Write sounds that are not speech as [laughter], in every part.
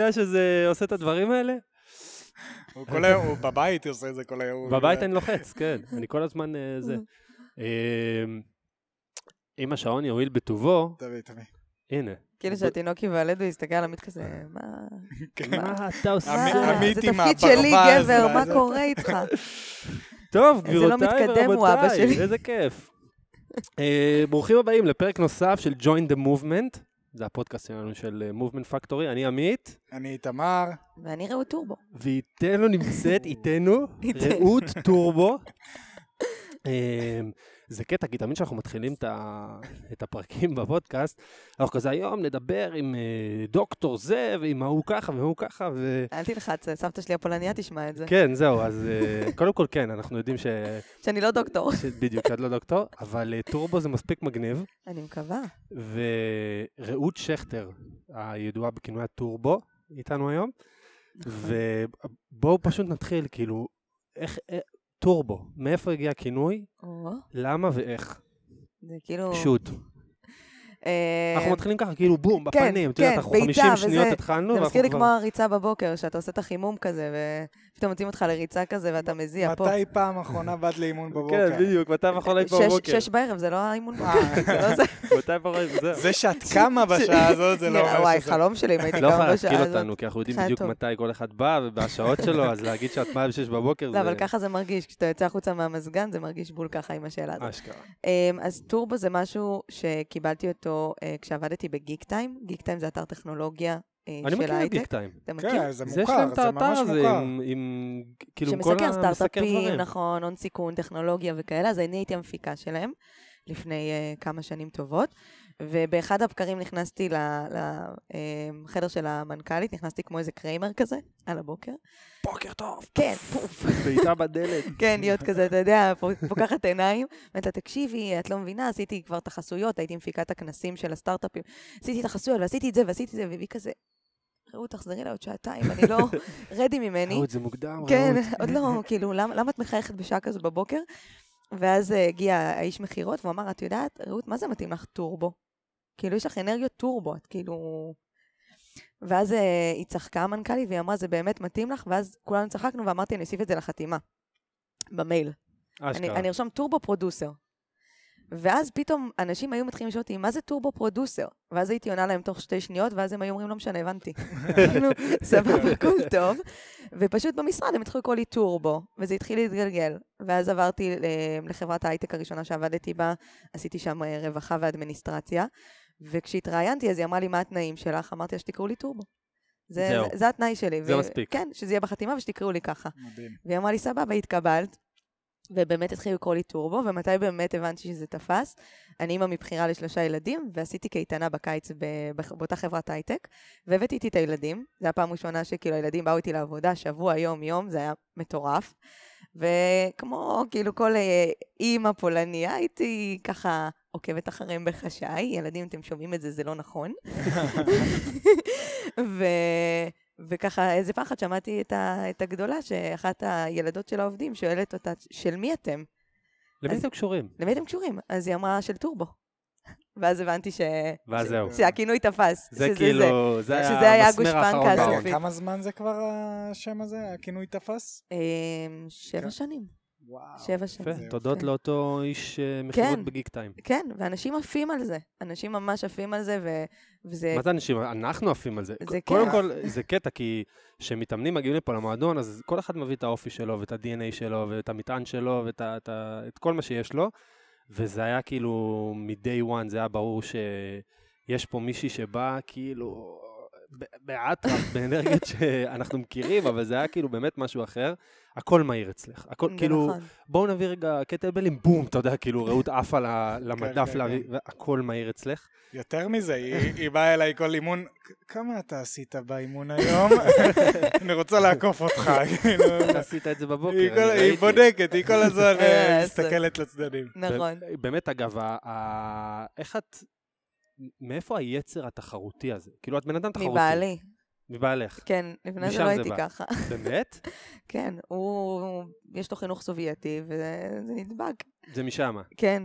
יודע שזה עושה את הדברים האלה? הוא כל היום, הוא בבית עושה את זה כל היום. הוא- לא- בבית אני לוחץ, כן. אני כל הזמן אה, זה. אוקיי. אה, אם השעון יועיל בטובו, תביא, תביא. הנה. כאילו שהתינוק ייוולד ויסתכל על עמית כזה, מה? כן. מה? [laughs] אתה עמית- מה? אה. עמית זה לא עם תפקיד שלי, הברווז גבר, וה- מה [laughs] זה- קורה איתך? טוב, איזה לא גבירותיי מתקדם הוא, אבא ורבותיי, שלי. [laughs] איזה כיף. אה, ברוכים הבאים לפרק נוסף של Join the Movement. זה הפודקאסט שלנו של אה, Movement Factory. אני עמית, אני איתמר, ואני ראו טורבו. ואיתנו [laughs] נמצאת איתנו איתנו. רעות [laughs] טורבו. אה, זה קטע, כי תמיד כשאנחנו מתחילים את ה- את הפרקים בפודקאסט, אנחנו כזה היום נדבר עם אה, דוקטור זה, ועם ההוא ככה והוא ככה, ו... אל תלחץ, סבתא שלי הפולניה תשמע את זה. כן, זהו, אז אה, קודם כל כן, אנחנו יודעים ש... שאני לא דוקטור. ש- בדיוק, שאת לא דוקטור, אבל אה, טורבו זה מספיק מגניב, אני מקווה. ורעות שכטר, הידועה בכינוי הטורבו, איתנו היום, נכון. ובואו פשוט נתחיל, כאילו, איך, אה, טורבו, מאיפה הגיע הכינוי, או, למה ואיך, זה כאילו... שוט. אה, אנחנו מתחילים ככה, כאילו, בום, כן, בפנים, את יודעת, כן, אנחנו בעיטה, 50 וזה- שניות התחלנו, זה ואנחנו מזכיר לי כבר- כמו הריצה בבוקר, שאתה עושה את החימום כזה, ופתאום מוצאים אותך לריצה כזה, ואתה מזיע פה. מתי פעם אחרונה באת לאימון בבוקר? כן, בדיוק, מתי יכול להיות שש- בבוקר? שש בערב, זה לא האימון אה. בבוקר, זה [laughs] לא זה. [laughs] מתי יכול להיות, [laughs] זהו. זה שאת קמה בשעה הזאת, זה לא נראה, אומר כן, וואי, שזה... חלום שלי, אם הייתי לא קמה יכולה בשעה להשכיל הזאת. אותנו, כי אנחנו יודעים חי בדיוק טוב. מתי כל אחד בא, ובשעות שלו, אז להגיד שאת באה ב-6 בבוקר, זה... לא, אבל ככה זה מרגיש, כשאתה יוצא החוצה מהמזגן, זה מרגיש בול ככה עם השאלה הזאת. אשכרה. אמ, אז טורבו זה משהו שקיבלתי אותו אה, כשעבדתי בגיק טיים. גיק טיים זה אתר טכנולוגיה אה, אני של מכיר את ההייטק. גיק טיים. אתה מכיר? כן, זה זה יש להם מוכר, את זה האתר ממש הזה מוכר. עם- עם, כאילו, עם כל שמסקר המסקר סטארט-אפים, דברים. נכון, הון סיכון, טכנולוגיה וכאלה, אז אני הייתי המפיקה שלהם לפני uh, כמה שנים טובות. ובאחד הבקרים נכנסתי לחדר של המנכ"לית, נכנסתי כמו איזה קריימר כזה, על הבוקר. בוקר טוב, כן, פוף. [laughs] בעיטה בדלת. כן, להיות כזה, אתה יודע, פו- פוקחת עיניים. אומרת לה, תקשיבי, את לא מבינה, עשיתי כבר את החסויות, הייתי מפיקת הכנסים של הסטארט-אפים. עשיתי את החסויות ועשיתי את זה ועשיתי את זה, והיא כזה, ראו, תחזרי לה עוד שעתיים, אני לא רדי ממני. רעות, זה מוקדם, כן, רעות. [laughs] עוד לא, כאילו, למה, למה את מחייכת בשעה כזו בבוקר? ואז אה, הגיע האיש מכירות, והוא אמר, את יודעת, רעות, מה זה מתאים לך טורבו? כאילו, יש לך אנרגיות טורבו, את כאילו... ואז אה, היא צחקה המנכ"לית, והיא אמרה, זה באמת מתאים לך, ואז כולנו צחקנו, ואמרתי, אני אוסיף את זה לחתימה, במייל. אני, אשכרה. אני ארשום טורבו פרודוסר. ואז פתאום אנשים היו מתחילים לשאול אותי, מה זה טורבו פרודוסר? ואז הייתי עונה להם תוך שתי שניות, ואז הם היו אומרים, לא משנה, [laughs] הבנתי. כאילו, סבבה, הכל טוב. ופשוט במשרד הם התחילו לקרוא לי טורבו, וזה התחיל להתגלגל. ואז עברתי אה, לחברת ההייטק הראשונה שעבדתי בה, עשיתי שם אה, רווחה ואדמיניסטרציה. וכשהתראיינתי, אז היא אמרה לי, מה התנאים שלך? אמרתי לה שתקראו לי טורבו. זה, זהו. זה, זה התנאי שלי. זה מספיק. כן, שזה יהיה בחתימה ושתקראו לי ככה. מדהים. והיא אמרה לי, סבבה, התקבלת. ובאמת התחילו לקרוא לי טורבו, ומתי באמת הבנתי שזה תפס? אני אימא מבחירה לשלושה ילדים, ועשיתי קייטנה בקיץ ב- בח- באותה חברת הייטק, והבאתי איתי את הילדים. זו הייתה הפעם הראשונה שכאילו הילדים באו איתי לעבודה, שבוע, יום, יום, זה היה מטורף. וכמו כאילו כל אה, אימא פולניה, הייתי ככה עוקבת אחריהם בחשאי, ילדים, אתם שומעים את זה, זה לא נכון. [laughs] ו... וככה, איזה פחד, שמעתי את, ה... את הגדולה, שאחת הילדות של העובדים שואלת אותה, של מי אתם? למי אז- אתם קשורים? למי אתם קשורים? אז היא אמרה, של טורבו. [laughs] ואז הבנתי ש... ואז זהו. שהכינוי תפס. זה שזה כאילו, זה שזה היה היה המסמר הגושפנקה האחרון הסופית. בעולם. רגע, כמה זמן זה כבר השם הזה? הכינוי תפס? אמ, שבע כן. שנים, וואו. שבע שנים. אה, יפה, תודות לאותו איש אה, כן. מכירות בגיק טיים. כן, ואנשים עפים על זה. אנשים ממש עפים על זה, ו... וזה... מה זה אנשים? אנחנו עפים על זה. זה ק- קטע. קודם כל, זה קטע, כי כשמתאמנים מגיעים לפה למועדון, אז כל אחד מביא את האופי שלו, ואת ה-DNA שלו, ואת המטען שלו, ואת ה- את ה- את כל מה שיש לו, וזה היה כאילו, מ-day one זה היה ברור שיש פה מישהי שבאה כאילו... ב- באטרף, [laughs] באנרגיות שאנחנו מכירים, אבל זה היה כאילו באמת משהו אחר. הכל מהיר אצלך. הכל, זה כאילו, נכון. בואו נביא רגע קטלבלים, בום, אתה יודע, כאילו, רעות עפה ל- למדף, כן, להביא- כן. והכל מהיר אצלך. יותר מזה, היא היא באה אליי כל אימון, "כ- כמה אתה עשית באימון היום? [laughs] אני רוצה לעקוף אותך, כאילו. אתה [laughs] עשית את זה בבוקר, היא כל- אני היא ראיתי. בודקת, היא כל הזמן אה, אה, מסתכלת לצדדים. נכון. באמת, אגב, ה- ה- איך את... מאיפה היצר התחרותי הזה? כאילו, את בן אדם תחרותי. מבעלי. מבעלך. כן, לפני זה משם לא זה הייתי בא. ככה. [laughs] באמת? כן, הוא... יש לו חינוך סובייטי, וזה זה נדבק. זה משם. כן,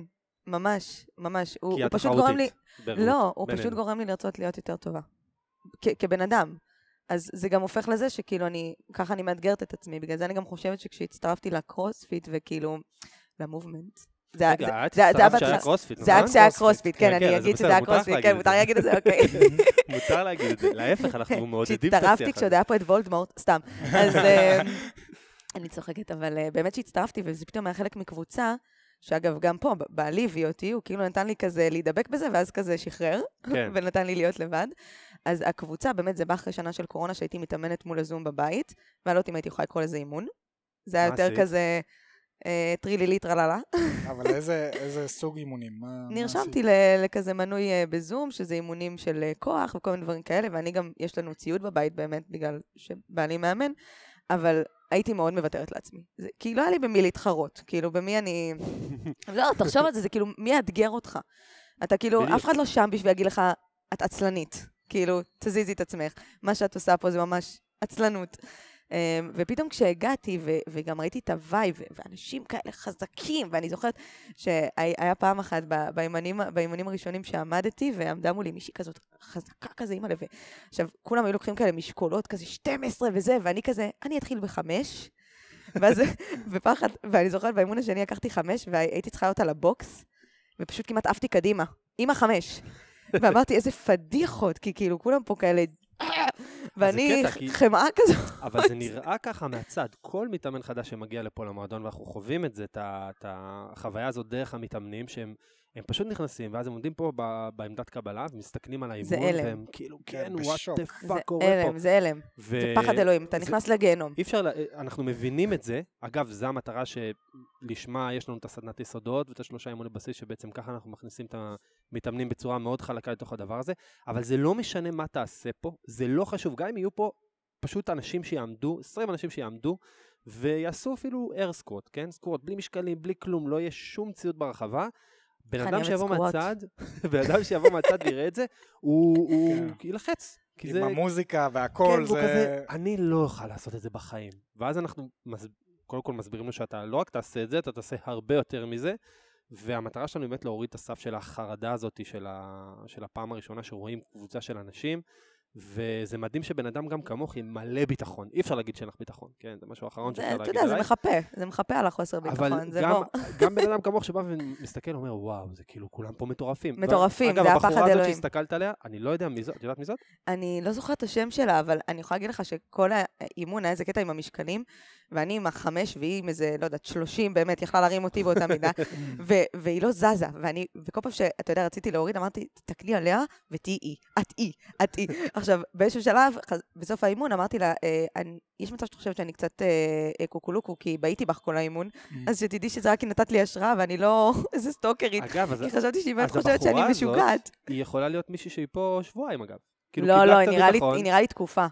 ממש, ממש. הוא, כי הוא את פשוט גורם לי... תחרותית. ברעות. לא, הוא בינינו. פשוט גורם לי לרצות להיות יותר טובה. כ- כבן אדם. אז זה גם הופך לזה שכאילו אני, ככה אני מאתגרת את עצמי, בגלל זה אני גם חושבת שכשהצטרפתי לקרוספיט וכאילו, למובמנט, זה היה- רגע, את זה- זה- זה היה הצטרפת שהיה בהתחלה- קרוספיט, זה היה נכון? כשהיה קרוספיט, כן, כן, כן, אני אז אגיד בסדר, שזה היה מותר קרוספיט, להגיד את כן, מותר זה. להגיד את זה, אוקיי. מותר להגיד את זה, להפך, [laughs] [laughs] אנחנו מעודדים את השיח. כשהצטרפתי הזה. כשעוד היה פה את וולדמורט, סתם. [laughs] אז אה, אני צוחקת, אבל אה, באמת שהצטרפתי, וזה פתאום היה חלק מקבוצה, שאגב, גם פה, ב- בעלי הביא אותי, הוא כאילו נתן לי כזה להידבק בזה, ואז כזה שחרר, כן. ונתן לי להיות לבד. אז הקבוצה, באמת, זה בא אחרי שנה של קורונה, שהייתי מתאמנת מול הזום בבית, ואני לא יודעת אם הייתי יכולה לקרוא לזה אימון. זה היה מה יותר עשית? כזה אה, טרילילי טרללה. [laughs] אבל איזה- איזה סוג אימונים? מה- מה [laughs] נרשמתי עשית? ל- לכזה מנוי אה, בזום, שזה אימונים של אה, כוח וכל מיני דברים כאלה, ואני גם, יש לנו ציוד בבית באמת, בגלל שבעלי מאמן, אבל הייתי מאוד מוותרת לעצמי. זה, כי לא היה לי במי להתחרות, כאילו, במי אני... לא, תחשוב על זה, זה כאילו, מי יאתגר אותך? אתה כאילו, בדיוק. אף אחד לא שם בשביל להגיד לך, את עצלנית. כאילו, תזיזי את עצמך. מה שאת עושה פה זה ממש עצלנות. אמ, ופתאום כשהגעתי, ו- וגם ראיתי את הווייב, ואנשים כאלה חזקים, ואני זוכרת שהיה פעם אחת ב- באימונים, באימונים הראשונים שעמדתי, ועמדה מולי מישהי כזאת חזקה כזה, אימא'לה, ו... עכשיו, כולם היו לוקחים כאלה משקולות, כזה 12 וזה, ואני כזה, אני אתחיל בחמש, ואז, [laughs] בפחד, ואני זוכרת, באימון השני לקחתי חמש, והייתי צריכה להיות על הבוקס, ופשוט כמעט עפתי קדימה, עם החמש. ואמרתי, איזה פדיחות, כי כאילו, כולם פה [laughs] כאלה... ואני קטע, כי- חמאה כזאת. אבל זה נראה ככה מהצד. כל מתאמן חדש שמגיע לפה למועדון, ואנחנו חווים את זה, את ה- את החוויה הזאת דרך המתאמנים, שהם... הם פשוט נכנסים, ואז הם עומדים פה ב- בעמדת קבלה, ומסתכלים על האימון, הלם. והם כאילו, כן, כן, וואט בשוק. דה זה פאק קורה פה. הלם, זה הלם. ו- זה פחד אלוהים, אתה זה- נכנס לגיהנום. אי אפשר, לה- אה, אנחנו מבינים את זה. אגב, זו המטרה שלשמה יש לנו את הסדנת יסודות ואת השלושה אימוני בסיס, שבעצם ככה אנחנו מכניסים את המתאמנים בצורה מאוד חלקה לתוך הדבר הזה. אבל זה לא משנה מה תעשה פה, זה לא חשוב. גם אם יהיו פה פשוט אנשים שיעמדו, 20 אנשים שיעמדו, ויעשו אפילו air סקוט, כן? סקוט, בלי משקלים, בלי כלום, לא יהיה שום ציוד ברחבה. בן איך אני אדם אוהבת שיבוא סקוואט. מהצד, [laughs] בן אדם שיבוא מהצד ויראה את זה, הוא הוא כן. יילחץ. כי עם זה- המוזיקה כן, והכל, והוא כזה, [laughs] [laughs] זה... אני לא אוכל לעשות את זה בחיים. ואז אנחנו מס... קודם כל מסבירים לו שאתה לא רק תעשה את זה, אתה תעשה הרבה יותר מזה. והמטרה שלנו היא באמת להוריד את הסף של החרדה הזאת של, ה... של הפעם הראשונה שרואים קבוצה של אנשים. וזה מדהים שבן אדם גם כמוך עם מלא ביטחון. אי אפשר להגיד שאין לך ביטחון, כן? זה משהו אחרון זה, שאפשר אתה להגיד יודע, זה עלייך. מחפה, זה מחפה על החוסר אבל ביטחון, זה גם, לא... [laughs] גם בן אדם כמוך שבא ומסתכל אומר, וואו, זה כאילו כולם פה מטורפים. מטורפים, אגב, זה הפחד הבחורה הזאת אלוהים. שהסתכלת עליה, אני לא יודע מי זאת, את יודעת מי זאת? אני לא זוכרת את השם שלה, אבל אני יכולה להגיד לך שכל האימון היה איזה קטע עם המשקלים, ואני עם החמש והיא עם איזה, לא יודעת, שלושים, באמת, יכלה להרים אותי [laughs] באותה מידה, Mm, ו- והיא לא זזה, ואני, וכל פעם שאתה יודע, רציתי להוריד, אמרתי, תסתכלי עליה ותהיי אי, את אי, את [laughs] אי. עכשיו, באיזשהו שלב, חז- בסוף האימון, אמרתי לה, "אה, אני- יש מצב שאת חושבת שאני קצת אה, אה, קוקולוקו, כי בעיתי בך [laughs] כל האימון, אז שתדעי שזה רק כי נתת לי השראה, ואני לא [laughs] איזה סטוקרית, אגב, [laughs] אז כי חשבתי שהיא באמת אז חושבת שאני הבחורה הזאת- משוגעת. היא יכולה להיות מישהי שהיא פה שבועיים אגב. כאילו, לא, קיבלה לא, היא קצת נראה לי- ביטחון. היא נראה לי תקופה.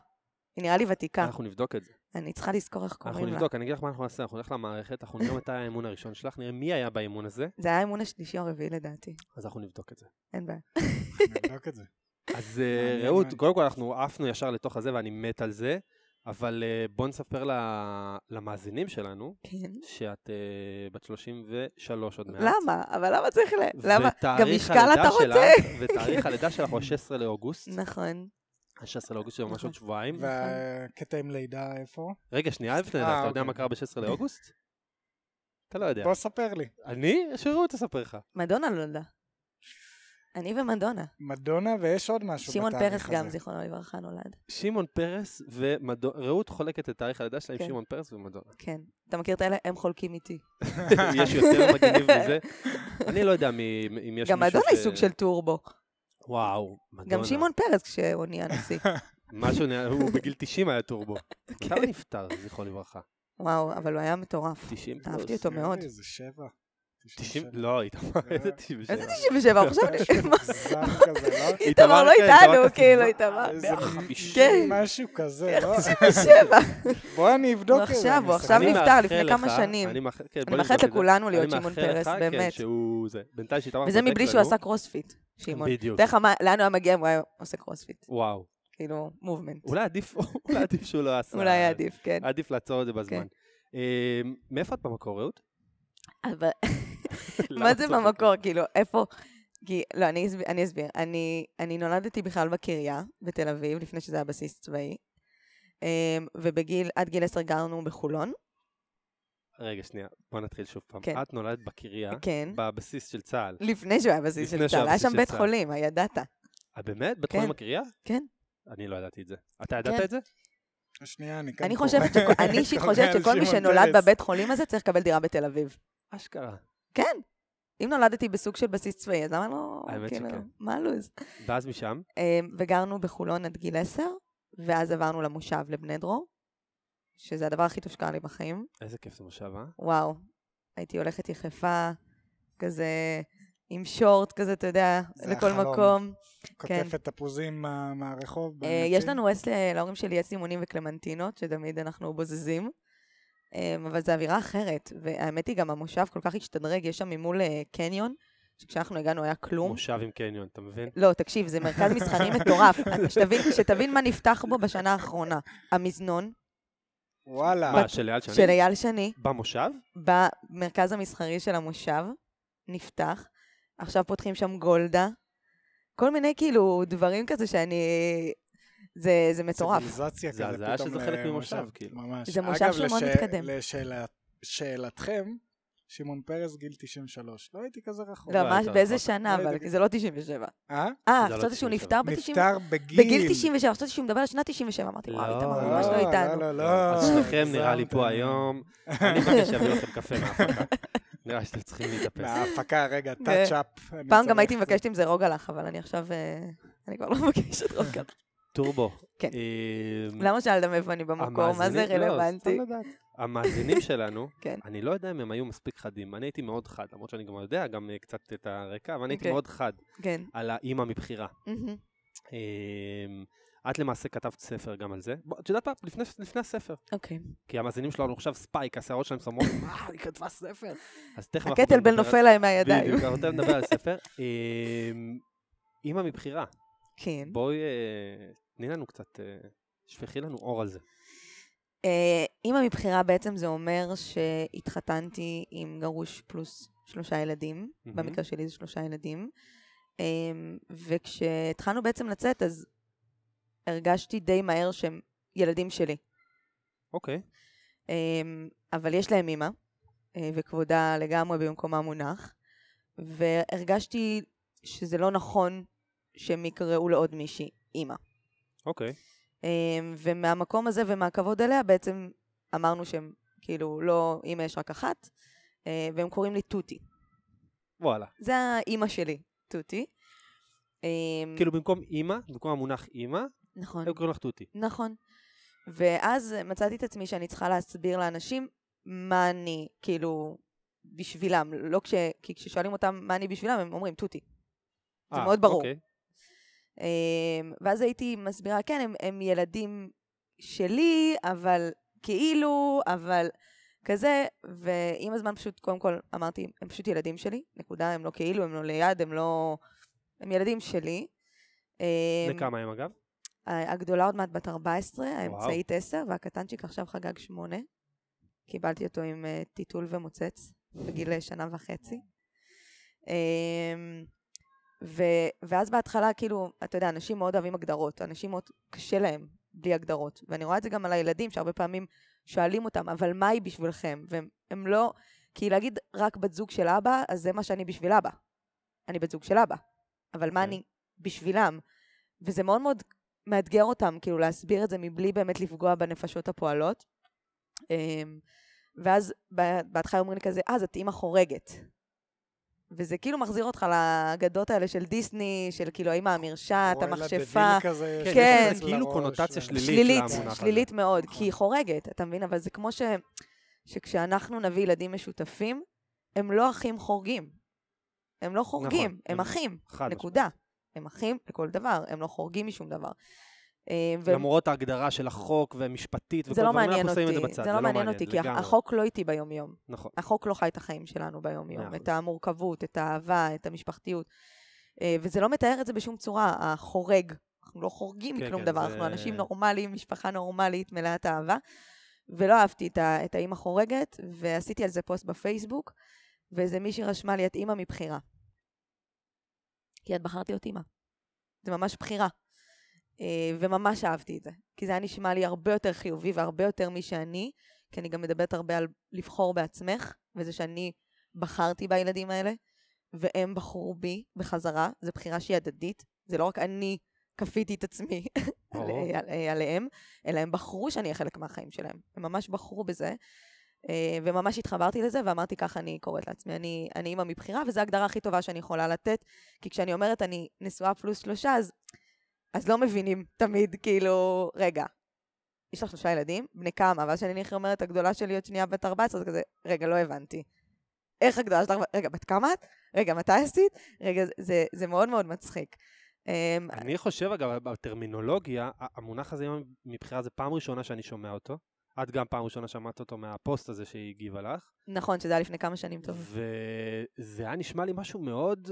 היא נראה לי ותיקה. אנחנו נבדוק את זה. אני צריכה לזכור איך אנחנו קוראים לה. נבדוק, אני אגיד לך מה אנחנו נעשה, אנחנו נלך למערכת, אנחנו נראה מתי היה האימון הראשון שלך, נראה מי היה באימון הזה, זה היה האימון השלישי או הרביעי לדעתי. אז אנחנו נבדוק את זה. אין בעיה. [laughs] נבדוק את זה. אז אה, מעניין, רעות, מעניין. קודם כל אנחנו עפנו ישר לתוך הזה ואני מת על זה, אבל אה, בוא נספר ל- למאזינים שלנו, כן. שאת אה, בת 33 עוד מעט. למה? אבל למה צריך ל... למה? ותאריך גם משקל הלידה אתה רוצה? שלך- ותאריך הלידה שלך הוא ה-16 לאוגוסט. נכון. ה-16 לאוגוסט זה ממש נכון. עוד שבועיים. והקטע עם לידה איפה? רגע, שנייה לפני אה, זה, אתה יודע אוקיי. מה קרה ב-16 [laughs] לאוגוסט? אתה לא יודע. בוא ספר לי. אני? שרעות תספר לך. מדונה נולדה. אני ומדונה. מדונה ויש עוד משהו שמעון בתאריך הזה. פרס גם, זיכרונו לברכה, נולד. שמעון פרס ומדונה, רעות חולקת את תאריך הלידה שלה עם כן. שמעון פרס ומדונה. [laughs] [laughs] כן. אתה מכיר את האלה? הם חולקים איתי. יש יותר מגניב מזה? אני לא יודע מי- אם יש מישהו גם מדונה היא סוג של טורבו. וואו, מדונה. גם שמעון פרס כשהוא נהיה [laughs] נשיא. משהו, נהיה- הוא בגיל 90 היה [laughs] טורבו. כן. מתי הוא נפטר, זכרו לברכה? וואו, אבל הוא היה מטורף. 90 פלוס. אהבתי אותו מאוד. איזה שבע. 90? 97. לא, [laughs] איתמר, [laughs] איזה 97? איזה 97? הוא חשב לי... [laughs] לא, [laughs] מה? מוגזם כזה, לא? [laughs] איתמר לא כן, איתמר איתנו, כזה, כאילו, מה? איתמר. איזה 150. כן. משהו כזה, לא? 97. בוא אני אבדוק את זה. עכשיו, אני הוא אסתכל. עכשיו אני נפטר מאחל לפני כמה לך- שנים. אני מאחל- כן, אני בוא נבדוק מאחלת את זה. לכולנו להיות אני שמעון מאחל פרס, לך, כן, באמת. שהוא זה. בינתיים שאיתמר וזה בודק מבלי שהוא לנו. עשה קרוספיט, שמעון. בדיוק. תאר לך מה- לאן הוא היה מגיע אם הוא היה עושה קרוספיט. וואו. כאילו, מובמנט. אולי עדיף אולי עדיף שהוא לא עשה. אולי היה עדיף, כן. עדיף לעצור את זה בזמן. אה, מאיפה את במקור, [laughs] רעות? אבל לא, [laughs] למה מה זה צוחקת? במקור? כאילו, איפה... כי, לא, אני אסביר. אני, אסביר. אני, אני נולדתי בכלל בקריה, בתל אביב, לפני שזה היה בסיס צבאי. אמ, ובגיל, עד גיל 10 גרנו בחולון. רגע, שנייה, בוא נתחיל שוב פעם. כן. את נולדת בקריה, כן. בבסיס של צה"ל. לפני שהוא היה בסיס אה? לפני של שהוא צה"ל, היה היה בסיס שם של בית צה"ל. חולים, אה, ידעת. אה, באמת? בית כן. חולים בקריה? כן. אני לא ידעתי את זה. אתה ידעת כן. את זה? שנייה, אני כאן אני קורא. חושבת, שכל- אני [laughs] אישית קורא חושבת על שכל מי שמעון שנולד פרס. בבית חולים הזה צריך לקבל דירה בתל אביב. אשכרה. כן. אם נולדתי בסוג של בסיס צבאי, אז למה לא... האמת כאילו, שכן. מה הלו"ז? ואז משם? אמ, וגרנו בחולון עד גיל 10, ואז עברנו למושב לבני דרור, שזה הדבר הכי טוב שקרה לי בחיים. איזה כיף זה מושב, אה? וואו, הייתי הולכת יחפה, כזה עם שורט כזה, אתה יודע, זה לכל החלום. מקום. כן. קוטפת תפוזים מה- מהרחוב. אה, בנצים. יש לנו עץ ל- להורים שלי עץ לימונים וקלמנטינות, שתמיד אנחנו בוזזים, אה, אבל זו אווירה אחרת. והאמת היא, גם המושב כל כך השתדרג, יש שם ממול אה, קניון, שכשאנחנו הגענו היה כלום. מושב עם קניון, אתה מבין? לא, תקשיב, זה מרכז מסחרי מטורף. [laughs] אתה- שתבין, שתבין מה נפתח בו בשנה האחרונה. המזנון וואלה. מה, של אייל אה, של שני? אייל שני, במושב? במרכז המסחרי של המושב, נפתח. עכשיו פותחים שם גולדה. כל מיני כאילו דברים כזה שאני... זה, זה מטורף. ציוויליזציה זה כזה פתאום. הזיה שזה חלק למושב. ממושב, כאילו. ממש. זה מושב שהוא מאוד מתקדם. אגב, לשאלתכם, שמעון פרס גיל 93. לא הייתי כזה רחוק. לא לא, מה, הייתה באיזה רחוק. לא שנה, אבל? הייתי- כי זה לא 97. אה? אה, זה לא חשבתי שהוא 97. נפטר ב-97? נפטר בגיל. בגיל 97, חשבתי שהוא מדבר על שנת 97, אמרתי, וואי, לא, איתמר לא, ממש לא איתנו. לא, לא, לא. אז שלכם נראה לי פה הגזמתם. היום. אני מבקש שיביאו לכם קפה מההפקה. נראה לי שאתם צריכים להתאפס. לא. מההפקה, רגע, טאצ'אפ. לא פעם גם הייתי מבקשת עם זה רוגלח, אבל אני עכשיו... אה, אני כבר לא מבקשת רוגלח. טורבו. כן. אמ, למה שאלת מאיפה אני במקור? מה זה המאזינים- לא, רלוונטי? סתם לדעת. [laughs] המאזינים שלנו, כן. אני לא יודע אם הם היו מספיק חדים. אני הייתי מאוד חד, למרות שאני גם יודע גם אה, קצת את הרקע, אבל אני הייתי אוקיי. מאוד חד כן. על האימא מבחירה. מהמם. אמ, את למעשה כתבת ספר גם על זה. בוא, את יודעת מה? לפני, לפני הספר. אוקיי. כי המאזינים שלנו עכשיו ספייק, השערות שלהם [laughs] סמרות, אה, מה, היא כתבה ספר. אה, אז תכף אנחנו הקטל בין נדבר על- נופל להם מהידיים. בדיוק, אנחנו תכף נדבר על הספר. אמ, אימא מבחירה, [laughs] כן. בואי, אה, תני לנו קצת, אה, שפכי לנו אור על זה. אה, אימא מבחירה בעצם זה אומר שהתחתנתי עם גרוש פלוס שלושה ילדים, מהמם. במקרה שלי זה שלושה ילדים. אה, וכשהתחלנו בעצם לצאת, אז הרגשתי די מהר שהם ילדים שלי. אוקיי. אה, אבל יש להם אימא, אה, וכבודה לגמרי במקומה מונח, והרגשתי שזה לא נכון שהם יקראו לעוד מישהי אימא. אוקיי. אמ, ומהמקום הזה ומהכבוד אליה בעצם אמרנו שהם כאילו לא אימא יש רק אחת, אה, והם קוראים לי תותי. וואלה. זה האימא שלי, תותי. אמ, כאילו במקום אימא, במקום המונח אימא, נכון, היו קוראים לך תותי. נכון. ואז מצאתי את עצמי שאני צריכה להסביר לאנשים מה אני, כאילו, בשבילם. לא כש... כי כששואלים אותם מה אני בשבילם, הם אומרים תותי. זה אה, מאוד ברור. אוקיי. אמ, ואז הייתי מסבירה, כן, הם, הם ילדים שלי, אבל כאילו, אבל כזה, ועם הזמן פשוט, קודם כל אמרתי, הם פשוט ילדים שלי, נקודה, הם לא כאילו, הם לא ליד, הם לא... הם ילדים שלי. אמ, בני כמה הם אגב? ה- הגדולה עוד מעט בת 14, האמצעית 10, והקטנצ'יק עכשיו חגג 8. קיבלתי אותו עם אה, טיטול ומוצץ בגיל אה, שנה וחצי. אמ, ו- ואז בהתחלה, כאילו, אתה יודע, אנשים מאוד אוהבים הגדרות, אנשים מאוד קשה להם בלי הגדרות. ואני רואה את זה גם על הילדים, שהרבה פעמים שואלים אותם, אבל מה היא בשבילכם? והם הם לא... כי להגיד רק בת זוג של אבא, אז זה מה שאני בשביל אבא. אני בת זוג של אבא. אבל מה כן. אני בשבילם? וזה מאוד מאוד מאתגר אותם, כאילו להסביר את זה מבלי באמת לפגוע בנפשות הפועלות. אמ, ואז בה- בהתחלה אומרים לי כזה, אה, זאת אימא חורגת. וזה כאילו מחזיר אותך לאגדות האלה של דיסני, של כאילו האימא המרשעת, המכשפה. כן, כן. יש לזה כאילו קונוטציה אה. שלילית. שלילית, למונח הזה. שלילית מאוד, כי נכון. היא חורגת, אתה מבין? אבל זה כמו ש... שכשאנחנו נביא ילדים משותפים, הם לא אחים חורגים. הם לא חורגים, נכון, הם הם- אחים, חד משמעית. נקודה. הם אחים לכל דבר, הם לא חורגים משום דבר. אה, והם- למרות ההגדרה של החוק והמשפטית וכל זה לא הדברים, מעניין אנחנו אותי, שמים את זה בצד. זה לא מעניין אותי, כי לגמרי. החוק לא איתי ביום-יום. נכון. החוק לא חי את החיים שלנו מאה ביום-יום, אחוז. את המורכבות, את האהבה, את המשפחתיות. אה, וזה לא מתאר את זה בשום צורה, החורג. אנחנו לא חורגים כן, מכלום כן, דבר, זה- אנחנו אנשים נורמליים, משפחה נורמלית, מלאת אהבה. ולא אהבתי את, ה- את האימא חורגת, ועשיתי על זה פוסט בפייסבוק, ואיזה מישהי רשמה לי, את אימא מבחירה. כי את בחרת להיות אימא. זה ממש בחירה. אה, וממש אהבתי את זה, כי זה היה נשמע לי הרבה יותר חיובי והרבה יותר מי שאני, כי אני גם מדברת הרבה על לבחור בעצמך, וזה שאני בחרתי בילדים האלה, והם בחרו בי בחזרה, זו בחירה שהיא הדדית, זה לא רק אני כפיתי את עצמי על, ברור. על, אה, עליהם, אלא הם בחרו שאני אהיה חלק מהחיים שלהם, הם ממש בחרו בזה. אה, וממש התחברתי לזה ואמרתי, ככה אני קוראת לעצמי, אני, אני אימא מבחירה, וזו ההגדרה הכי טובה שאני יכולה לתת, כי כשאני אומרת אני נשואה פלוס שלושה, אז, אז לא מבינים תמיד, כאילו, רגע, יש לך שלושה ילדים, בני כמה? ואז כשאני נכי אומרת, הגדולה שלי עוד שנייה בת 14, אז כזה, רגע, לא הבנתי. איך הגדולה שלך, רגע, בת כמה את? רגע, מתי עשית? רגע, זה, זה מאוד מאוד מצחיק. אמ, אני חושב, אגב, בטרמינולוגיה, ה- המונח הזה היום מבחירה זה פעם ראשונה שאני שומע אותו. את גם פעם ראשונה שמעת אותו מהפוסט הזה שהיא הגיבה לך. נכון, שזה היה לפני כמה שנים טוב. וזה היה נשמע לי משהו מאוד,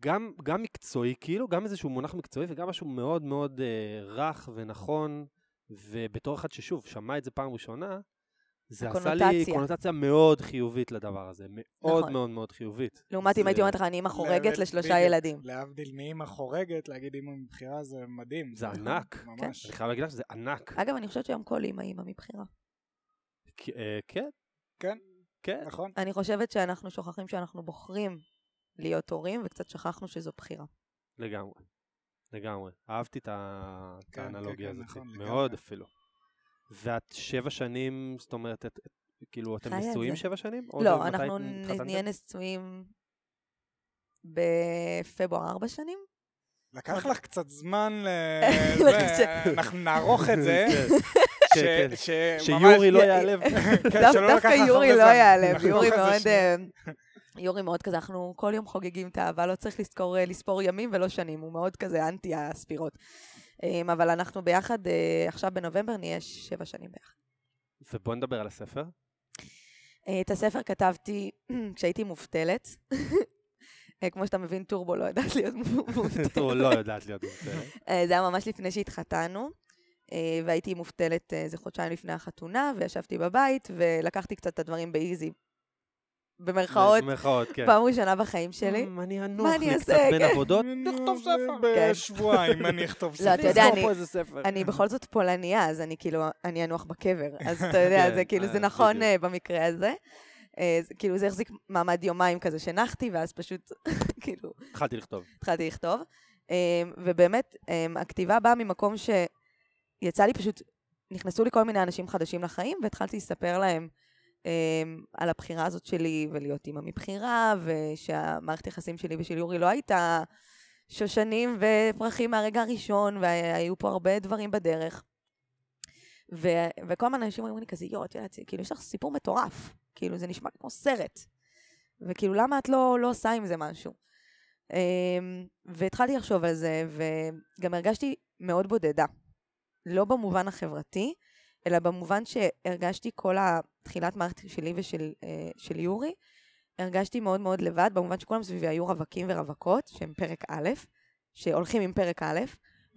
גם, גם מקצועי, כאילו, גם איזשהו מונח מקצועי וגם משהו מאוד מאוד אה, רך ונכון, ובתור אחד ששוב, שמע את זה פעם ראשונה, זה עשה לי הקונוטציה. קונוטציה מאוד חיובית לדבר הזה, מאוד נכון. מאוד מאוד חיובית. לעומת אם זה- הייתי אומרת לך, אני אימא חורגת באמת, לשלושה בדיוק. ילדים. להבדיל מאימא חורגת, להגיד אימא מבחירה זה מדהים. זה ענק. ממש. אני כן. חייב להגיד לך שזה ענק. אגב, אני חושבת שהיום כל אימא אימא מבחירה. כי- אה, כן, כן, כן. נכון. אני חושבת שאנחנו שוכחים שאנחנו בוחרים להיות הורים, וקצת שכחנו שזו בחירה. לגמרי. לגמרי. אהבתי את ה- את כן, האנלוגיה כן, כן, הזאת, נכון, לגמרי. מאוד אפילו. ואת שבע שנים, זאת אומרת, את- את- כאילו, אתם חיה את נשואים זה. שבע שנים? או לא, מתי אנחנו התחתנתם? נהיה נשואים בפברואר ארבע שנים? לקח לך קצת זמן, [laughs] ל- לחשב. זה, אנחנו נערוך את זה. כן, ש- כן, כן. שממש- שיורי לא יא- [laughs] ייעלב. כן, דו- שלא דווקא לקח לך יורי הרבה לא זמן. יעלב, אנחנו יורי ככה זה מאוד... שנייה. אה, יורי מאוד כזה, אנחנו כל יום חוגגים את האהבה, לא צריך לזכור, אה, לספור ימים ולא שנים, הוא מאוד כזה אנטי הספירות. אמ, אבל אנחנו ביחד, אה, עכשיו בנובמבר נהיה שבע שנים ביחד. ובוא נדבר על הספר. [laughs] אה, את הספר כתבתי [clears throat] כשהייתי מובטלת. אה, כמו שאתה מבין, טורבו לא יודעת להיות [laughs] מובטלת. או לא יודעת להיות מוצרת. אה, זה היה ממש לפני שהתחתנו, אה, והייתי מובטלת אה, איזה חודשיים לפני החתונה, וישבתי בבית, ולקחתי קצת את הדברים באיזי. במרכאות, במרכאות, כן. פעם ראשונה בחיים שלי. "אמ, אני אנוח אני לי אעשה? קצת בין כן. עבודות. נכתוב כן. ספר. בשבועיים אני אכתוב ספר. לא, אתה יודע, תזכור אני- פה איזה ספר. אני בכל זאת פולניה, אז אני כאילו, אני אנוח בקבר. אז אתה יודע, כן, זה כאילו, זה אה, נכון בדיוק. אה, במקרה הזה. אה, זה- כאילו, זה החזיק מעמד יומיים כזה שנחתי, ואז פשוט, [laughs] כאילו, התחלתי לכתוב. התחלתי לכתוב. אמ, ובאמת, אמ, הכתיבה באה ממקום שיצא לי פשוט, נכנסו לי כל מיני אנשים חדשים לחיים, והתחלתי לספר להם אמ, על הבחירה הזאת שלי, ולהיות אימא מבחירה, ושהמערכת יחסים שלי ושל יורי לא הייתה שושנים ופרחים מהרגע הראשון, והיו פה הרבה דברים בדרך. ו- וכל הזמן אנשים אומרים לי כזה, יואו, את יודעת, זה- כאילו, יש לך סיפור מטורף. כאילו, זה נשמע כמו סרט. וכאילו, למה את לא, לא עושה עם זה משהו? אמ, והתחלתי לחשוב על זה, וגם הרגשתי מאוד בודדה. לא במובן החברתי, אלא במובן שהרגשתי כל התחילת מערכת שלי ושל אה, של יורי, הרגשתי מאוד מאוד לבד, במובן שכולם סביבי היו רווקים ורווקות, שהם פרק א', שהולכים עם פרק א',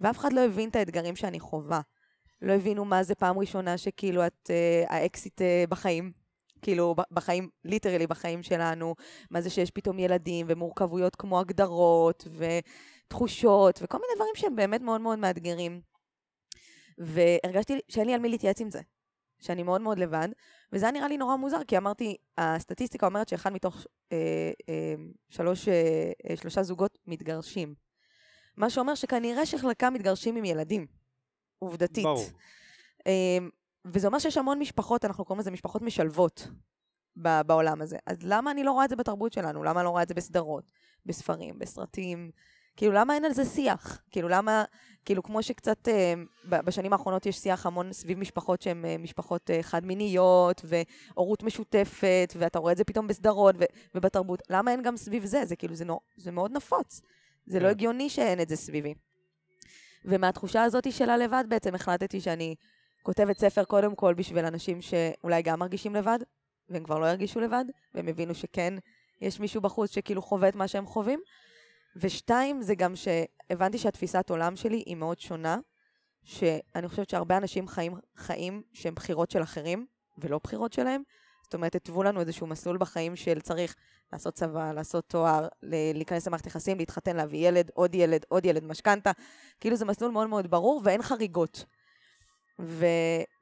ואף אחד לא הבין את האתגרים שאני חווה. לא הבינו מה זה פעם ראשונה שכאילו את אה, האקסיט אה, בחיים, כאילו ב- בחיים, ליטרלי בחיים שלנו, מה זה שיש פתאום ילדים ומורכבויות כמו הגדרות ותחושות וכל מיני דברים שהם באמת מאוד מאוד מאתגרים. והרגשתי שאין לי על מי להתייעץ עם זה, שאני מאוד מאוד לבד, וזה היה נראה לי נורא מוזר, כי אמרתי, הסטטיסטיקה אומרת שאחד מתוך אה, אה, שלוש, אה, אה, שלושה זוגות מתגרשים. מה שאומר שכנראה שחלקם מתגרשים עם ילדים, עובדתית. ברור. אמ, וזה אומר שיש המון משפחות, אנחנו קוראים לזה משפחות משלבות ב- בעולם הזה. אז למה אני לא רואה את זה בתרבות שלנו? למה אני לא רואה את זה בסדרות, בספרים, בסרטים? כאילו, למה אין על זה שיח? כאילו, למה, כאילו, כמו שקצת אמ, ב- בשנים האחרונות יש שיח המון סביב משפחות שהן אה, משפחות אה, חד-מיניות, והורות משותפת, ואתה רואה את זה פתאום בסדרות ו- ובתרבות. למה אין גם סביב זה? זה כאילו, זה, נו, זה מאוד נפוץ. זה לא כן. הגיוני שאין את זה סביבי. ומהתחושה הזאת של הלבד בעצם החלטתי שאני כותבת ספר קודם כל בשביל אנשים שאולי גם מרגישים לבד, והם כבר לא ירגישו לבד, והם הבינו שכן, יש מישהו בחוץ שכאילו חווה את מה שהם חווים. ושתיים, זה גם שהבנתי שהתפיסת עולם שלי היא מאוד שונה, שאני חושבת שהרבה אנשים חיים חיים שהם בחירות של אחרים, ולא בחירות שלהם. זאת אומרת, התוו לנו איזשהו מסלול בחיים של צריך לעשות צבא, לעשות תואר, ל- להיכנס למערכת יחסים, להתחתן, להביא ילד, עוד ילד, עוד ילד, משכנתה. כאילו זה מסלול מאוד מאוד ברור ואין חריגות. ו,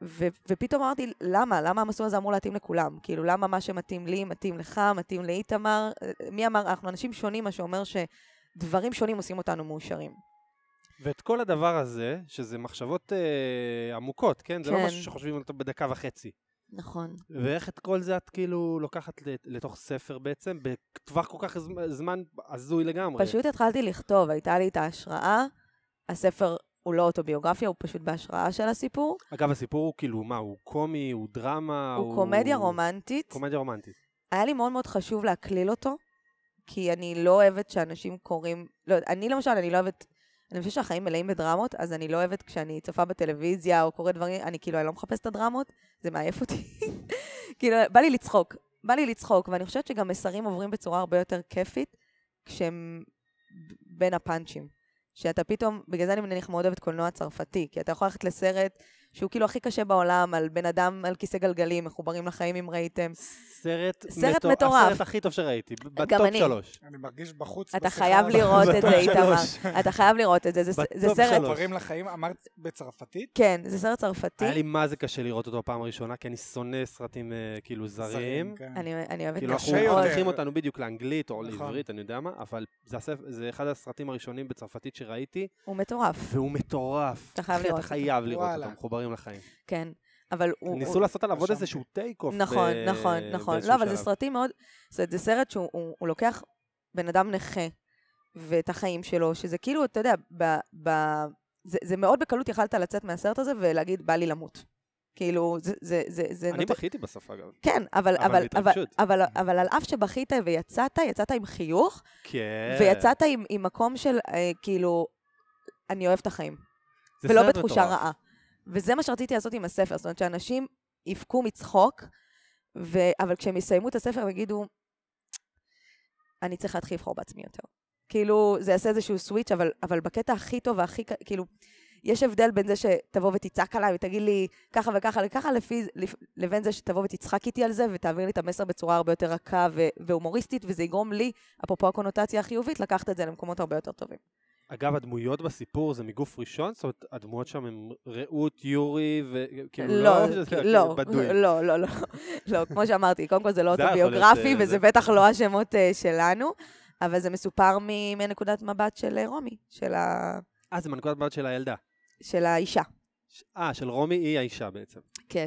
ו, ופתאום אמרתי, למה? למה המסלול הזה אמור להתאים לכולם? כאילו, למה מה שמתאים לי, מתאים לך, מתאים לאיתמר? אה, מי אמר? אנחנו אנשים שונים, מה שאומר שדברים שונים עושים אותנו מאושרים. ואת כל הדבר הזה, שזה מחשבות אה, עמוקות, כן? זה לא כן. משהו שחושבים אותו בדקה וחצי. נכון. ואיך את כל זה את כאילו לוקחת לת- לתוך ספר בעצם, בטווח כל כך זמ- זמן הזוי לגמרי. פשוט התחלתי לכתוב, הייתה לי את ההשראה. הספר הוא לא אוטוביוגרפיה, הוא פשוט בהשראה של הסיפור. אגב, הסיפור הוא כאילו, מה, הוא קומי, אה, הוא דרמה, הוא קומדיה רומנטית. קומדיה רומנטית. היה לי מאוד מאוד חשוב להקליל אותו, כי אני לא אוהבת שאנשים קוראים... לא, אני למשל, אני לא אוהבת... אני חושבת שהחיים מלאים בדרמות, אז אני לא אוהבת כשאני צופה בטלוויזיה או קוראת דברים, אני כאילו, אני לא מחפשת את הדרמות, זה מעייף אותי. [laughs] כאילו, בא לי לצחוק. בא לי לצחוק, ואני חושבת שגם מסרים עוברים בצורה הרבה יותר כיפית כשהם ב- בין הפאנצ'ים. שאתה פתאום, בגלל זה אני מניח מאוד אוהבת קולנוע צרפתי, כי אתה יכול ללכת לסרט שהוא כאילו הכי קשה בעולם, על בן אדם על כיסא גלגלים, מחוברים לחיים אם ראיתם. סרט, סרט מטור- מטורף. הסרט הכי טוב שראיתי, ב- גם בטופ אני. שלוש. אני מרגיש בחוץ אתה בשיחה חייב הזאת. [laughs] [laughs] לראות את זה, בטופ איתמר. שלוש. אתה חייב לראות את זה, זה ס- זה בטופ סרט, שלוש. דברים לחיים, אמרת בצרפתית? כן, זה סרט צרפתי. היה לי מה זה קשה לראות אותו פעם ראשונה, כי אני שונא סרטים אה, כאילו זרים. כן. אני אני אוהבת כאילו אנחנו קשה יותר. מחנכים אותנו בדיוק לאנגלית או נכון. לעברית, אני יודע מה, אבל זה הספר- זה אחד הסרטים הראשונים בצרפתית שראיתי, הוא מטורף, והוא מטורף. אתה אחי, חייב אתה לראות אותו. חייב לראות וואלה. אותו, מחוברים לחיים. כן. אבל הוא... ניסו הוא- לעשות עליו עוד רשמתי. איזשהו אה, טייק אוף. נכון, נכון, נכון. לא, אבל זה סרטים מאוד... זאת אומרת, זה סרט שהוא הוא- הוא לוקח בן אדם נכה ואת החיים שלו, שזה כאילו, אתה יודע, ב- ב- זה- זה מאוד בקלות יכלת לצאת מהסרט הזה ולהגיד, בא לי למות. כאילו, זה- זה... זה- זה אני נותן- בכיתי בסוף, אגב. כן, אבל, אבל אבל, אבל, בהתרגשות. אבל, אבל על אף שבכית ויצאת, יצאת עם חיוך, כן. ויצאת עם, עם מקום של, אה, כאילו, אני אוהב את החיים, ולא בתחושה רעה. וזה מה שרציתי לעשות עם הספר, זאת אומרת שאנשים יבכו מצחוק, ו... אבל כשהם יסיימו את הספר הם יגידו, אני צריך להתחיל לבחור בעצמי יותר. כאילו, זה יעשה איזשהו סוויץ', אבל, אבל בקטע הכי טוב והכי, ק- כאילו, יש הבדל בין זה שתבוא ותצעק עליי ותגיד לי ככה וככה וככה, לפי, לפ- לבין זה שתבוא ותצחק איתי על זה ותעביר לי את המסר בצורה הרבה יותר רכה ו- והומוריסטית, וזה יגרום לי, אפרופו הקונוטציה החיובית, לקחת את זה למקומות הרבה יותר טובים. אגב, הדמויות בסיפור זה מגוף ראשון? זאת אומרת, הדמויות שם הן רעות, יורי, וכאילו לא, זה- כי- כאילו, לא, בדוי. לא, לא, לא, לא, כמו שאמרתי, קודם כל זה לא זה היה יכול אוטוביוגרפי, להיות, אה, וזה זה- בטח לא השמות אה, שלנו, אבל זה מסופר מ- מנקודת מבט של אה, רומי, של ה- אה, זה מנקודת מבט של הילדה. של האישה. ש- אה, של רומי היא האישה בעצם. כן.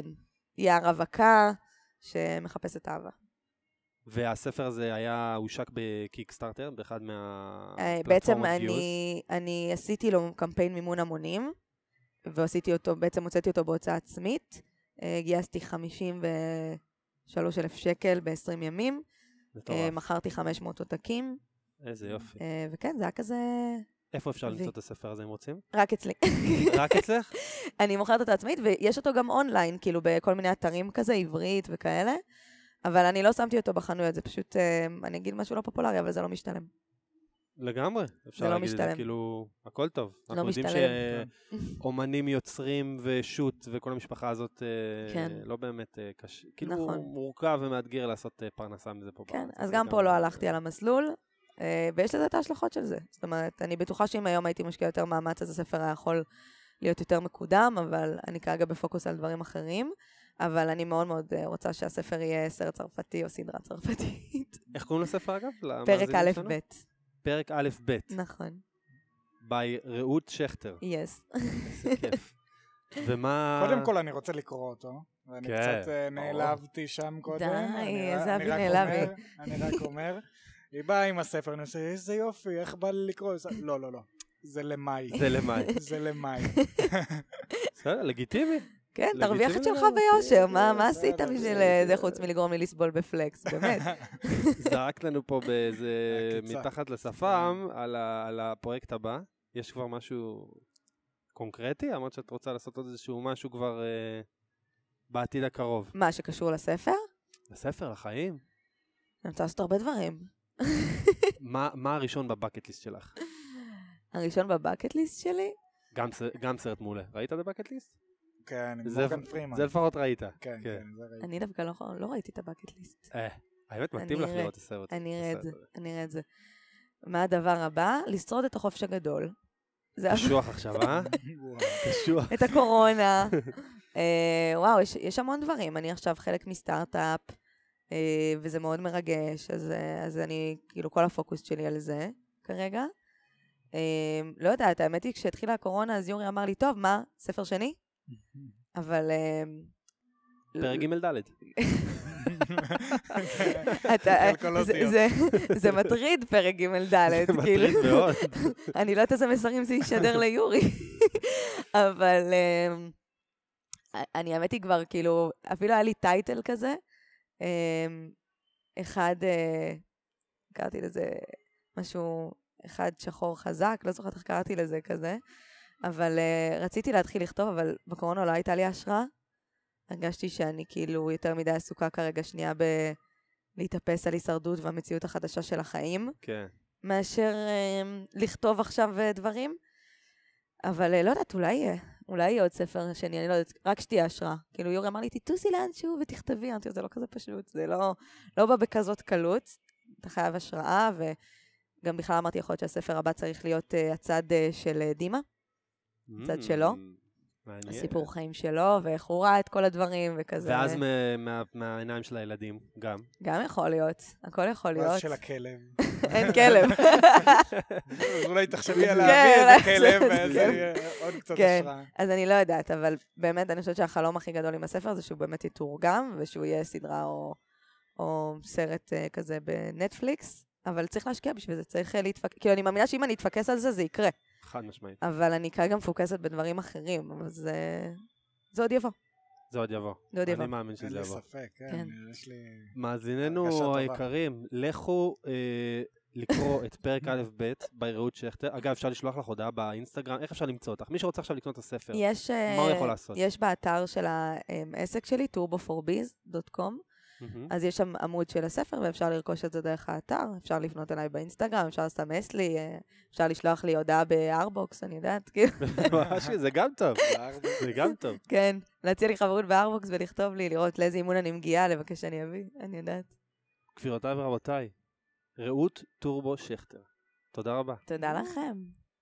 היא הרווקה שמחפשת אהבה. והספר הזה היה, הושק בקיקסטארטר, באחד מה... אה, בעצם פלטפורמות אני, אני עשיתי לו קמפיין מימון המונים, ועשיתי אותו, בעצם הוצאתי אותו בהוצאה עצמית. אה, גייסתי 53,000 שקל ב-20 ימים, גיוס. אה, מטורף. מכרתי 500 עותקים, איזה יופי. אה, וכן, זה היה כזה... איפה אפשר אבי. למצוא את הספר הזה אם רוצים? רק אצלי. [laughs] רק אצלך? אני מוכרת אותו עצמאית, ויש אותו גם אונליין, כאילו בכל מיני אתרים כזה, עברית וכאלה, אבל אני לא שמתי אותו בחנויות, זה פשוט, אה, אני אגיד משהו לא פופולרי, אבל זה לא משתלם. לגמרי. אפשר לא להגיד את זה, משתלם. כאילו, הכל טוב. אנחנו לא יודעים משתלם. שאומנים יוצרים ושות' וכל המשפחה הזאת, אה, כן. לא באמת אה, קשה. כאילו, נכון. מורכב ומאתגר לעשות אה, פרנסה מזה פה. כן, בארץ. אז זה גם פה לא הלכתי על המסלול, אה, ויש לזה את ההשלכות של זה. זאת אומרת, אני בטוחה שאם היום הייתי משקיעה יותר מאמץ, אז הספר היה יכול להיות יותר מקודם, אבל אני כרגע בפוקוס על דברים אחרים. אבל אני מאוד מאוד אה, רוצה שהספר יהיה סרט צרפתי או סדרה צרפתית. איך קוראים לספר [laughs] אגב? פרק למאזינים א' שלנו? ב', פרק א' ב', נכון, ביי רעות שכטר. יס. איזה [laughs] כיף. ומה... קודם כל אני רוצה לקרוא אותו, ואני אה. כן, קצת אה, ברור. נעלבתי שם קודם. די, אני- איזה אני אבי רק נעלבי. אומר- אני רק אומר, היא באה עם הספר, אני עושה, איזה יופי, איך בא לי לקרוא? זה- לא, לא, לא, זה למאי. זה למאי. [laughs] זה [laughs] למאי. בסדר, לגיטימי. כן, לגיטימי תרוויח את שלך לגמרי, ביושר, כן, מה כן, מה עשית בסדר, בשביל אה, בסדר. זה חוץ מלגרום לי לסבול בפלקס, [laughs] באמת. זרקת לנו פה באיזה... עקיצה. מתחת לשפם על ה- על הפרויקט הבא. יש כבר משהו קונקרטי? אמרת שאת רוצה לעשות עוד איזשהו משהו כבר אה, בעתיד הקרוב. מה, שקשור לספר? לספר, לחיים? אני רוצה לעשות הרבה דברים. מה מה הראשון בבקט ליסט שלך? הראשון בבקט ליסט שלי? גם ס- גם סרט מעולה. ראית את הבקט ליסט? כן, עם זה- מורגן פרימן. זה לפחות ראית. כן, כן, זה ראיתי. אני דווקא לא, לא ראיתי את הבקט ליסט. אה, האמת, מתאים אני לך אראה- לראות את הסרט. אני אראה את זה, בסדר. אני אראה את זה. מה הדבר הבא? לשרוד את החופש הגדול. [laughs] זה קשוח עכשיו, [laughs] אה? [laughs] וואו. קשוח. את הקורונה. אה, וואו, יש, יש המון דברים. אני עכשיו חלק מסטארט-אפ, אה, וזה מאוד מרגש, אז, אה, אז אני, כאילו, כל הפוקוס שלי על זה כרגע. אה, לא יודעת, האמת היא, כשהתחילה הקורונה, אז יורי אמר לי, טוב, מה, ספר שני? אבל... אה, פרק ג' ד'. [laughs] אתה- אה, כל האותיות. זה- זה- זה מטריד פרק ג' ד', זה [laughs] כאילו. מטריד מאוד. אני לא יודעת איזה מסרים זה ישדר ליורי, אבל אמ, אני האמת היא כבר, כאילו, אפילו היה לי טייטל כזה. אמ, אחד, אה, קראתי לזה משהו, אחד שחור חזק, לא זוכרת איך קראתי לזה כזה, אבל אה, רציתי להתחיל לכתוב, אבל בקורונה לא הייתה לי השראה. הרגשתי שאני כאילו יותר מדי עסוקה כרגע שנייה ב... להתאפס על הישרדות והמציאות החדשה של החיים. כן. מאשר אה, לכתוב עכשיו אה, דברים. אבל אה, לא יודעת, אולי יהיה, אולי יהיה עוד ספר שני, אני לא יודעת, רק שתהיה השראה. כאילו, יורי אמר לי, תטוסי לאנשהו ותכתבי. אמרתי לו, זה לא כזה פשוט, זה לא, לא בא בכזאת קלות. אתה חייב השראה, וגם בכלל אמרתי, יכול להיות שהספר הבא צריך להיות אה, הצד אה, של אה, דימה, הצד שלו. Mm, מעניין. הסיפור חיים שלו, ואיך הוא ראה את כל הדברים, וכזה. ואז מה- מה- מהעיניים של הילדים, גם. גם יכול להיות, הכל יכול ואז להיות. של הכלב. אין כלב. אז אולי תחשבי על כן, להביא איזה אולי כלב, זה- ואז כן. יהיה עוד קצת כן. השראה. אז אני לא יודעת, אבל באמת, אני חושבת שהחלום הכי גדול עם הספר זה שהוא באמת יתורגם, ושהוא יהיה סדרה או, או סרט uh, כזה בנטפליקס, אבל צריך להשקיע בשביל זה, צריך uh, להתפק... כאילו, אני מאמינה שאם אני אתפקס על זה, זה יקרה. חד משמעית. אבל אני כרגע מפוקסת בדברים אחרים, אבל זה... זה עוד יבוא. זה עוד יבוא. זה עוד יבוא. אני מאמין אין שזה לי יבוא. ספק, כן. כן. יש לי... הרגשה מאזיננו טובה. היקרים, לכו אה, לקרוא את [laughs] פרק א'-ב' ברעות שכטר. אגב, אפשר לשלוח לך הודעה באינסטגרם, איך אפשר למצוא אותך? מי שרוצה עכשיו לקנות את הספר. יש... אה, מה הוא יכול לעשות? יש באתר של העסק שלי, turboforbiz.com, מהמם. [laughs] אז יש שם עמוד של הספר, ואפשר לרכוש את זה דרך האתר, אפשר לפנות אליי באינסטגרם, אפשר לסמס לי, אה, אפשר לשלוח לי הודעה בארבוקס, אני יודעת, כאילו, ממש, זה גם טוב, בארבע. זה גם [laughs] טוב. כן, להציע לי חברות בארבוקס ולכתוב לי, לראות לאיזה אימון אני מגיעה, לבקש שאני אביא, אני יודעת. גבירותיי ורבותיי, רעות טורבו שכטר. תודה רבה. תודה לכם.